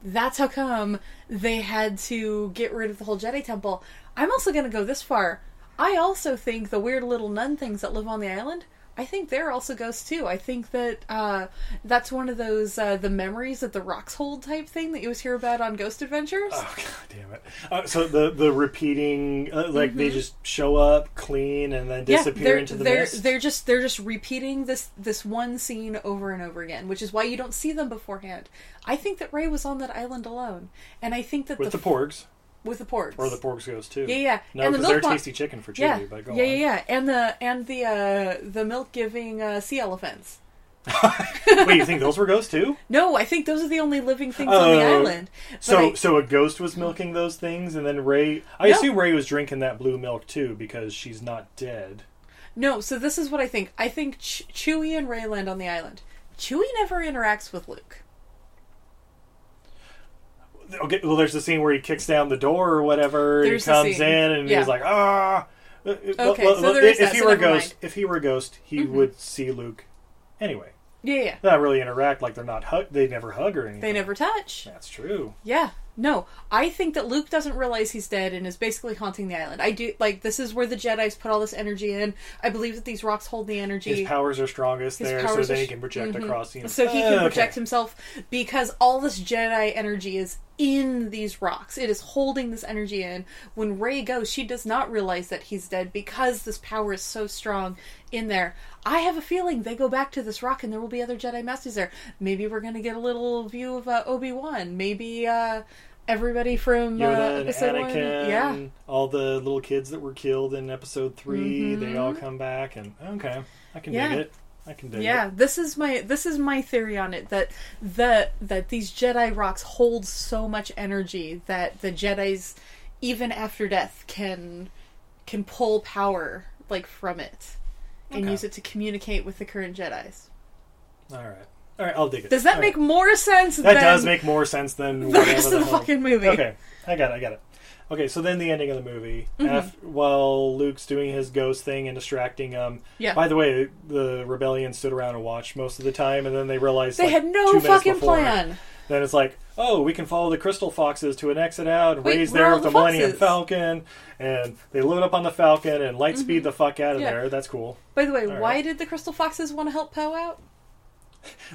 S2: That's how come they had to get rid of the whole Jedi Temple. I'm also going to go this far. I also think the weird little nun things that live on the island. I think they're also ghosts too. I think that uh, that's one of those uh, the memories that the rocks hold type thing that you always hear about on Ghost Adventures.
S1: Oh god damn it! Uh, so the the repeating, uh, like they just show up clean and then disappear
S2: Mm-hmm. they're,
S1: into the
S2: they're,
S1: mist.
S2: They're just they're just repeating this this one scene over and over again, which is why you don't see them beforehand. I think that Ray was on that island alone, and I think that
S1: with the
S2: f-
S1: porgs.
S2: with the porgs.
S1: Or the porgs goes too.
S2: Yeah, yeah.
S1: No,
S2: And the
S1: because they're
S2: milk bo-
S1: tasty chicken for
S2: yeah,
S1: chili, but go
S2: yeah,
S1: on.
S2: yeah, yeah, and the and the uh, the milk giving uh, sea elephants.
S1: Wait, you think those were ghosts too?
S2: No, I think those are the only living things on the
S1: Oh.
S2: island. But
S1: So,
S2: I-
S1: so a ghost was milking those things, and then Ray. I
S2: No.
S1: assume Ray was drinking that blue milk too because she's not dead.
S2: no, so this is what I think. I think Ch- Chewie and Ray land on the island. Chewie never interacts with Luke.
S1: Okay, well, there's the scene where he kicks down the door or whatever,
S2: There's the
S1: and he comes
S2: scene.
S1: in, and
S2: Yeah.
S1: he's like, ah. Okay,
S2: so there
S1: if
S2: is that,
S1: he
S2: so
S1: were a
S2: never mind. Mm-hmm.
S1: ghost, if he were a ghost, he would see Luke. Anyway,
S2: Yeah, yeah.
S1: they not really interact. Like they're not hug. They never hug or anything.
S2: They never touch.
S1: That's true.
S2: Yeah. No, I think that Luke doesn't realize he's dead and is basically haunting the island. I do like this is where the Jedi's put all this energy in. I believe that these rocks hold the energy.
S1: His powers are strongest
S2: His
S1: there, so
S2: powers
S1: that
S2: are
S1: he
S2: sh-
S1: can project across. You know,
S2: so he
S1: "Ah,
S2: can
S1: okay."
S2: project himself because all this Jedi energy is in these rocks. It is holding this energy in. When Rey goes, she does not realize that he's dead because this power is so strong in there. I have a feeling they go back to this rock and there will be other Jedi masters there. Maybe we're going to get a little view of uh, Obi Wan. Maybe uh, everybody from
S1: Yoda
S2: uh,
S1: and
S2: episode one.
S1: Anakin,
S2: Yeah.
S1: all the little kids that were killed in episode 3 they all come back, and okay, I can
S2: Mm-hmm. Yeah.
S1: dig it. I can dig
S2: Yeah,
S1: it.
S2: this is my this is my theory on it that the that these Jedi rocks hold so much energy that the Jedi's even after death can can pull power like from it and
S1: Okay.
S2: use it to communicate with the current Jedi's.
S1: All right, all right, I'll dig it.
S2: Does that
S1: All
S2: make
S1: right.
S2: more sense?
S1: that
S2: than
S1: does make more sense than
S2: the
S1: whatever
S2: rest of the,
S1: hell-
S2: fucking movie?
S1: Okay, I got it. I got it. Okay, so then the ending of the movie,
S2: Mm-hmm.
S1: af while Luke's doing his ghost thing and distracting um
S2: Yeah.
S1: By the way, the rebellion stood around and watched most of the time, and then they realized
S2: They
S1: like,
S2: had
S1: two
S2: no
S1: minutes
S2: fucking
S1: before,
S2: plan.
S1: Then it's like, oh, we can follow the crystal foxes to an exit out. and
S2: Wait,
S1: Ray's
S2: where
S1: there
S2: are
S1: with
S2: the
S1: the, Millennium
S2: foxes?
S1: Falcon, and they load up on the Falcon and light speed the fuck out of
S2: Mm-hmm. Yeah.
S1: there. That's cool.
S2: By the way,
S1: All
S2: why
S1: right.
S2: did the Crystal Foxes want to help Poe out?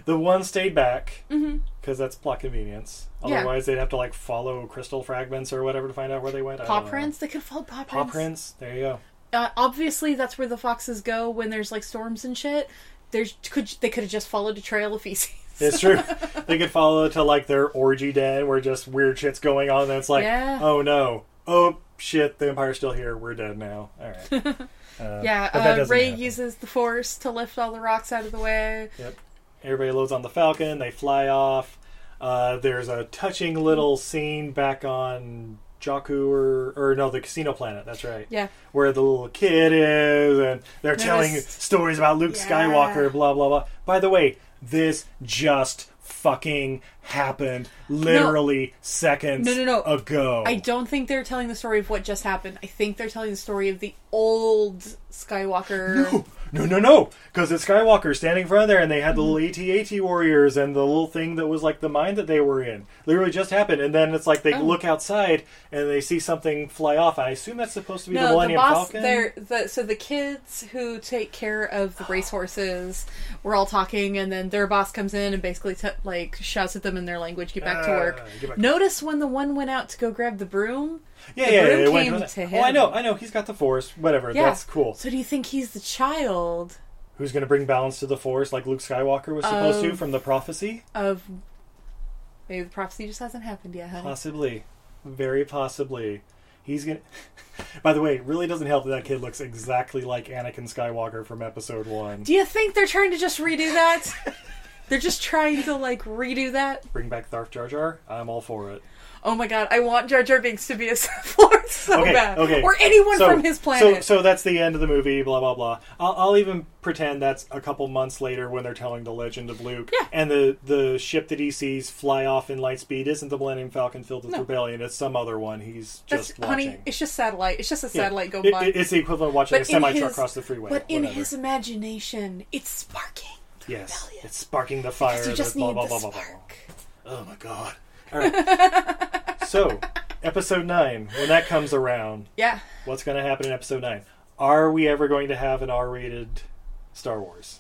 S1: The one stayed back
S2: Mhm.
S1: because that's plot convenience.
S2: Yeah.
S1: Otherwise, they'd have to like follow crystal fragments or whatever to find out where they went. I
S2: Paw
S1: don't know.
S2: prints? They could have followed paw prints.
S1: Uh, Paw prints. There you go.
S2: uh, obviously that's where the foxes go when there's like storms and shit. There's could they could have just followed a trail of feces.
S1: It's true. they could follow to like their orgy den where just weird shit's going on. And it's like,
S2: Yeah.
S1: oh no, oh shit, the empire's still here. We're dead now. All right. Uh,
S2: yeah,
S1: but that
S2: uh,
S1: doesn't
S2: Ray
S1: happen.
S2: uses the force to lift all the rocks out of the way.
S1: Yep. Everybody loads on the Falcon. They fly off. Uh, there's a touching little scene back on Jakku or or no, the Casino Planet. That's right.
S2: Yeah,
S1: Where the little kid is, and they're telling
S2: Noticed.
S1: stories about Luke
S2: Yeah.
S1: Skywalker. Blah blah blah. By the way, this just fucking happened literally seconds
S2: No, no, no.
S1: ago.
S2: I don't think they're telling the story of what just happened. I think they're telling the story of the old Skywalker.
S1: No, no, no, no. Because it's Skywalker standing in front of there, and they had the little E AT-AT warriors and the little thing that was like the mine that they were in. Literally just happened, and then it's like they
S2: Oh.
S1: look outside and they see something fly off. I assume that's supposed to be the
S2: No, the,
S1: Millennium
S2: boss
S1: Falcon.
S2: there. The, so the kids who take care of the racehorses, we're all talking, and then their boss comes in and basically t- like shouts at them in their language, "Get back to
S1: Ah,
S2: work."
S1: get back to-
S2: Notice when the one went out to go grab the broom.
S1: yeah,
S2: the
S1: yeah,
S2: broom
S1: it went
S2: came
S1: that.
S2: to
S1: Oh, I
S2: him.
S1: know, I know. He's got the Force. Whatever.
S2: Yeah.
S1: That's cool.
S2: So do you think he's the child
S1: Who's going to bring balance to the Force, like Luke Skywalker was supposed to
S2: Um,
S1: from the prophecy?
S2: of? Maybe the prophecy just hasn't happened yet, honey.
S1: Possibly, very possibly. He's gonna. By the way, it really doesn't help that that kid looks exactly like Anakin Skywalker from Episode One.
S2: Do you think they're trying to just redo that? they're just trying to like redo that.
S1: Bring back Tharf Jar Jar. I'm all for it.
S2: Oh my god, I want Jar Jar Binks to be a Sith Lord so
S1: Okay,
S2: bad,
S1: okay.
S2: Oh, or anyone
S1: So-
S2: from his planet.
S1: So, so that's the end of the movie. Blah blah blah. I'll, I'll even pretend that's a couple months later when they're telling the legend of Luke.
S2: Yeah.
S1: And the the ship that he sees fly off in light speed isn't the Millennium Falcon filled with
S2: No.
S1: rebellion. It's some other one. He's
S2: That's,
S1: just watching.
S2: honey, it's just satellite. It's just a
S1: Yeah.
S2: satellite going
S1: It-
S2: by.
S1: it- it's the equivalent of watching
S2: But
S1: a
S2: in
S1: semi truck
S2: his-
S1: cross the freeway.
S2: but in
S1: whatever.
S2: his imagination, it's sparking. the
S1: yes,
S2: rebellion.
S1: it's sparking the fire.
S2: you just
S1: that's blah,
S2: need
S1: blah,
S2: the
S1: blah, blah, blah.
S2: spark.
S1: Oh my god. All right. so, episode nine. When that comes around,
S2: Yeah.
S1: What's going to happen in episode 9? Are we ever going to have an R rated Star Wars?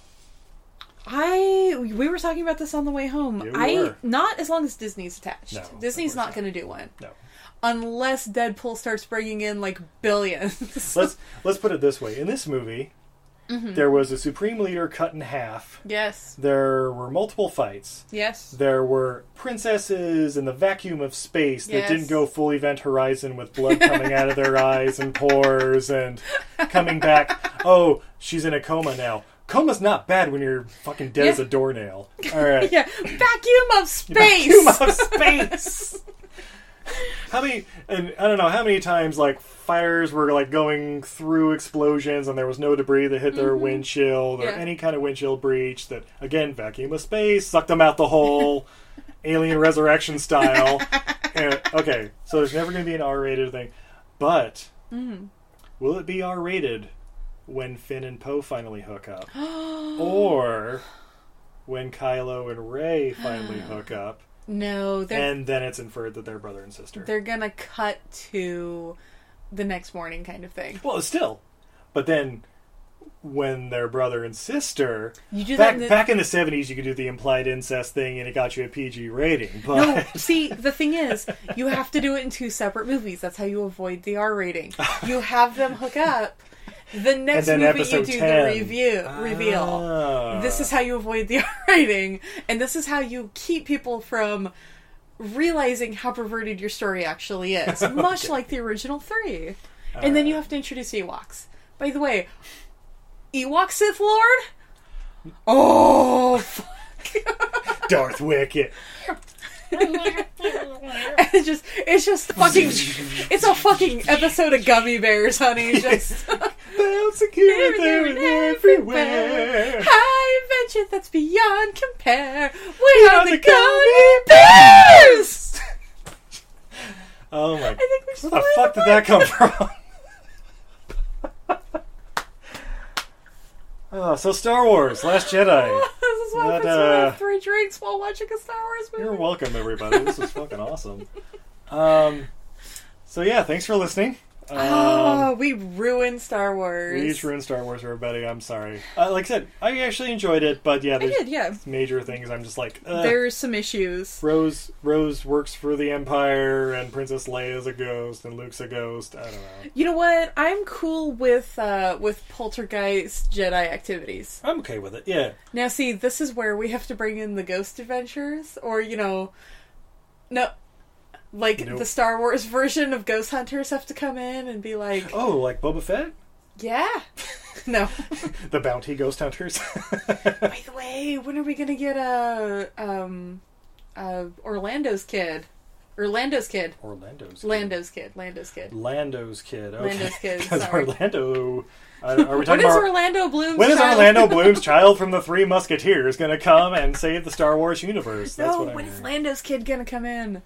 S2: I we were talking about this on the way home.
S1: Yeah, we
S2: I
S1: were.
S2: not as long as Disney's attached.
S1: No, of
S2: Disney's
S1: course
S2: not
S1: not.
S2: going to do one
S1: No.
S2: unless Deadpool starts bringing in like billions.
S1: Let's let's put it this way. In this movie,
S2: Mm-hmm.
S1: There was a supreme leader cut in half.
S2: Yes.
S1: There were multiple fights.
S2: Yes.
S1: There were princesses in the vacuum of space
S2: Yes.
S1: that didn't go full Event Horizon with blood coming out of their eyes and pores and coming back. Oh, she's in a coma now. Coma's not bad when you're fucking dead as
S2: Yeah.
S1: a doornail. All right.
S2: Yeah. Vacuum of space.
S1: Vacuum of space. how many? And I don't know how many times like fires were like going through explosions, and there was no debris that hit their windshield or
S2: Mm-hmm. Yeah.
S1: any kind of windshield breach. That again, vacuum of space sucked them out the hole, alien resurrection style. And- okay, so there's never going to be an R-rated thing, but
S2: Mm.
S1: will it be R-rated when Finn and Poe finally hook up, or? When Kylo and Ray finally hook up,
S2: no, they're
S1: and then it's inferred that they're brother and sister.
S2: they're gonna cut to the next morning kind of thing.
S1: well, still, but then when they're brother and sister,
S2: You do that
S1: back
S2: in the-
S1: back in the seventies, you could do the implied incest thing, and it got you a PG rating. But
S2: No, see, the thing is, you have to do it in two separate movies. That's how you avoid the R rating. You have them hook up. The next
S1: then
S2: movie you
S1: episode
S2: do
S1: 10.
S2: the review reveal.
S1: Ah.
S2: This is how you avoid the R rating, and this is how you keep people from realizing how perverted your story actually is, much like the original three. and then you have to introduce Ewoks. By the way, Ewok Sith Lord. Oh. fuck.
S1: Darth Wicket.
S2: it's just it's just fucking it's a fucking episode of gummy bears honey just
S1: Bouncing here, there, and everywhere.
S2: high adventure that's beyond compare we are
S1: the
S2: the gummy bears
S1: Oh my!
S2: i think we just
S1: Where the fuck did that come from? Oh, so Star Wars, Last Jedi.
S2: this is why
S1: That,
S2: that, uh,
S1: uh,
S2: three drinks while watching a star wars movie
S1: You're welcome, everybody. This was fucking awesome. Um, so yeah, thanks for listening. Um,
S2: oh we ruined star wars
S1: we just ruined Star Wars for everybody. I'm sorry. Uh, like I said, I actually enjoyed it, but yeah,
S2: i
S1: there's
S2: did yeah
S1: major things. I'm just like, uh,
S2: there's some issues
S1: Rose. Rose works for the Empire, and Princess Leia's a ghost, and Luke's a ghost. I don't know.
S2: you know what i'm cool with uh with poltergeist jedi activities
S1: I'm okay with it. Yeah,
S2: Now, see, this is where we have to bring in the Ghost Adventures, or you know, no, like
S1: Nope.
S2: the Star Wars version of Ghost Hunters have to come in and be like,
S1: Oh, like Boba Fett,
S2: yeah, no.
S1: the Bounty Ghost Hunters.
S2: By the way, when are we gonna get a um, uh, Orlando's kid, Orlando's kid,
S1: Orlando's kid.
S2: Lando's kid, Lando's kid?
S1: Lando's kid. Okay.
S2: Lando's kid,
S1: Because
S2: sorry.
S1: Orlando. I- Are we
S2: When
S1: talking
S2: is
S1: about
S2: Orlando Bloom?
S1: When is Orlando Bloom's child from the Three Musketeers going to come and save the Star Wars universe? That's
S2: No,
S1: what I'm
S2: when is
S1: hearing.
S2: Lando's kid gonna come in?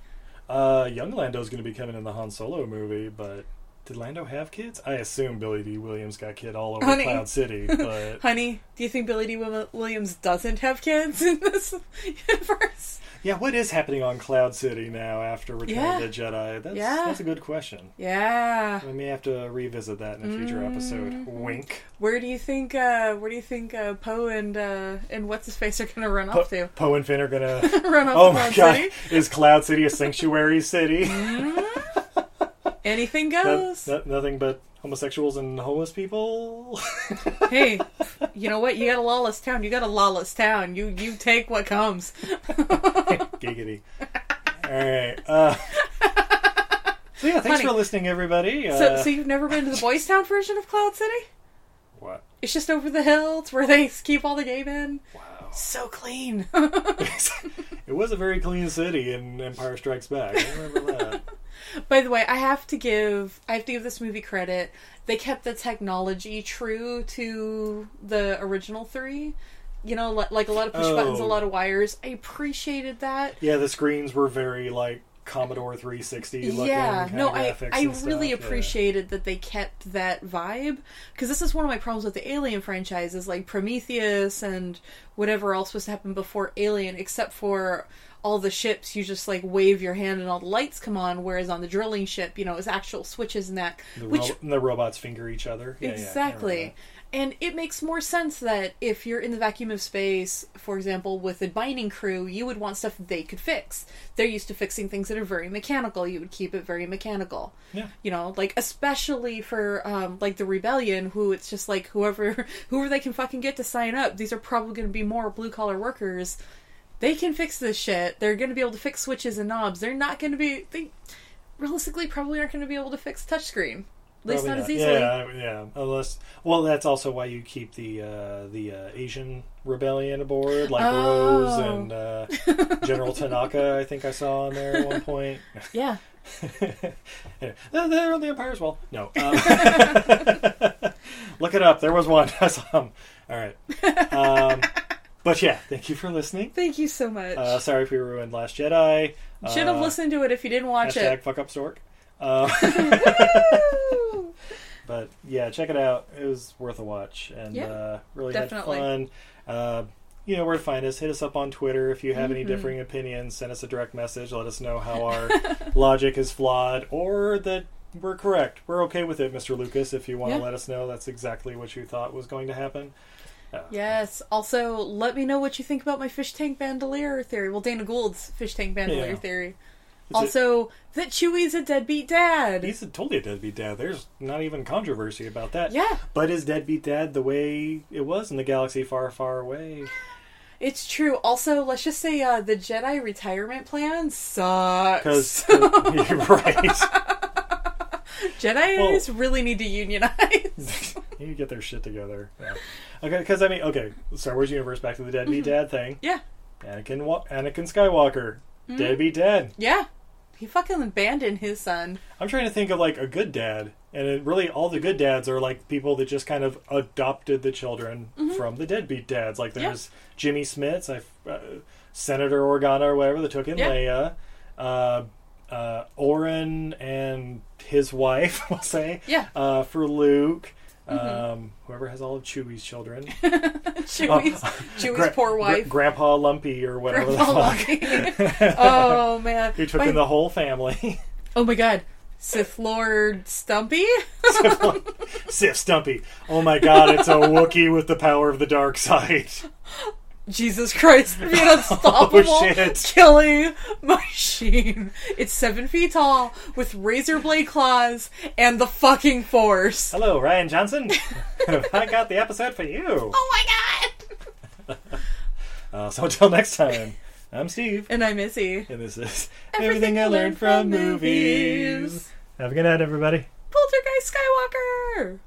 S1: uh, young Lando's going to be coming in the Han Solo movie, but did Lando have kids? I assume Billy D. Williams got kid all over
S2: Honey.
S1: Cloud City, but
S2: Honey, do you think Billy D. Wil- Williams doesn't have kids in this universe?
S1: yeah, what is happening on Cloud City now after Return
S2: Yeah.
S1: of the Jedi? That's,
S2: Yeah.
S1: that's a good question.
S2: Yeah.
S1: We may have to revisit that in a future
S2: Mm.
S1: episode. Wink.
S2: Where do you think uh where do you think uh Poe and uh and what's his face are gonna run off to?
S1: Poe and Finn are going to.
S2: run off
S1: Oh
S2: to
S1: my
S2: Cloud
S1: god!
S2: City?
S1: Is Cloud City a sanctuary city?
S2: Anything
S1: No-
S2: goes.
S1: no- nothing but homosexuals and homeless people.
S2: Hey, you know what? You got a lawless town. You got a lawless town. You you take what comes.
S1: Giggity. All right. Uh, so yeah, thanks
S2: Honey.
S1: for listening, everybody. Uh,
S2: so so you've never been to the Boys Town version of Cloud City?
S1: what?
S2: It's just over the hill. It's where they keep all the gay men.
S1: Wow.
S2: So clean.
S1: it was a very clean city in Empire Strikes Back. I remember that.
S2: By the way, I have to give I have to give this movie credit. They kept the technology true to the original three. You know, li- like a lot of push buttons, a
S1: Oh.
S2: lot of wires. I appreciated that.
S1: yeah, the screens were very like Commodore 360 looking.
S2: yeah,
S1: kind
S2: no,
S1: of
S2: I
S1: graphics
S2: I
S1: and stuff.
S2: really
S1: Yeah.
S2: appreciated that they kept that vibe because this is one of my problems with the Alien franchises, like Prometheus and whatever else was to happen before Alien, except for all the ships you just like wave your hand and all the lights come on, whereas on the drilling ship, you know, it was actual switches and that,
S1: The,
S2: which
S1: ro- and the robots finger each other. Yeah, yeah, I remember
S2: exactly. And it makes more sense that if you're in the vacuum of space, for example, with the mining crew, you would want stuff they could fix. They're used to fixing things that are very mechanical. You would keep it very mechanical.
S1: Yeah.
S2: You know, like especially for um, like the rebellion, who it's just like whoever whoever they can fucking get to sign up. These are probably going to be more blue collar workers. They can fix this shit. They're going to be able to fix switches and knobs. They're not going to be they realistically probably aren't going to be able to fix touchscreen. At least
S1: Probably
S2: not, as easily.
S1: Yeah, I- yeah. Unless, well, that's also why you keep the uh, the uh, Asian rebellion aboard, like
S2: Oh.
S1: Rose and uh, General Tanaka. I think I saw on there at one point.
S2: yeah.
S1: Anyway, they're they're on the Empire as well. No, um, look it up. There was one. I saw 'em. All right. Um, but yeah, thank you for listening.
S2: Thank you so much.
S1: Uh, sorry if we ruined Last Jedi.
S2: Should have
S1: Uh,
S2: listened to it if you didn't watch
S1: hashtag
S2: it.
S1: fuck up stork. Uh,
S2: Woo!
S1: but yeah, check it out. It was worth a watch and
S2: Yeah,
S1: uh, really
S2: definitely.
S1: had fun. Uh, you know where to find us. Hit us up on Twitter if you have
S2: Mm-hmm.
S1: any differing opinions. Send us a direct message. Let us know how our logic is flawed or that we're correct. We're okay with it, Mr. Lucas. If you want to
S2: Yeah.
S1: let us know, that's exactly what you thought was going to happen. Uh,
S2: Yes. Also, let me know what you think about my fish tank bandolier theory. Well, Dana Gould's fish tank bandolier
S1: Yeah.
S2: theory.
S1: it's a-
S2: Also, that Chewie's a deadbeat dad.
S1: He's a totally a deadbeat dad. There's not even controversy about that.
S2: Yeah.
S1: But is deadbeat dad the way it was in the galaxy far, far away?
S2: It's true. Also, let's just say uh, the Jedi retirement plan
S1: Because
S2: sucks.
S1: you're right.
S2: Jedi's really need to unionize.
S1: you need to get their shit together. Yeah. Okay, because I mean, okay, Star Wars universe, back to the deadbeat
S2: Mm-hmm.
S1: dad thing.
S2: yeah.
S1: Anakin, Wa- Anakin Skywalker,
S2: Mm-hmm.
S1: deadbeat dad.
S2: Yeah. He fucking abandoned his son.
S1: I'm trying to think of like a good dad, and it, really, all the good dads are like people that just kind of adopted the children from the deadbeat dads. Like
S2: Mm-hmm. Yeah.
S1: there's Jimmy Smits, I, uh, Senator Organa or whatever that took in
S2: Yeah.
S1: Leia, uh, uh, Oren and his wife, we'll say,
S2: Yeah. Mm-hmm.
S1: uh, for Luke. Um, whoever has all of Chewie's children, Oh.
S2: Chewie's, Chewie's
S1: Gra-
S2: poor
S1: Gra-
S2: wife.
S1: Grandpa Lumpy, or whatever
S2: Grandpa
S1: the fuck.
S2: Lumpy. oh man.
S1: Who took
S2: My-
S1: in the whole family.
S2: Oh my god. Sith Lord Stumpy?
S1: Sif Stumpy. Oh my god, it's a Wookiee with the power of the dark side.
S2: Jesus Christ, being unstoppable
S1: Oh, shit.
S2: killing machine. It's seven feet tall with razor blade claws and the fucking force.
S1: Hello, Ryan Johnson. I got the episode for you.
S2: Oh my god!
S1: Uh, so until next time, I'm Steve,
S2: And I'm Izzy.
S1: and this is
S2: Everything I Learned from Movies.
S1: Have a good night, everybody.
S2: Poltergeist Skywalker!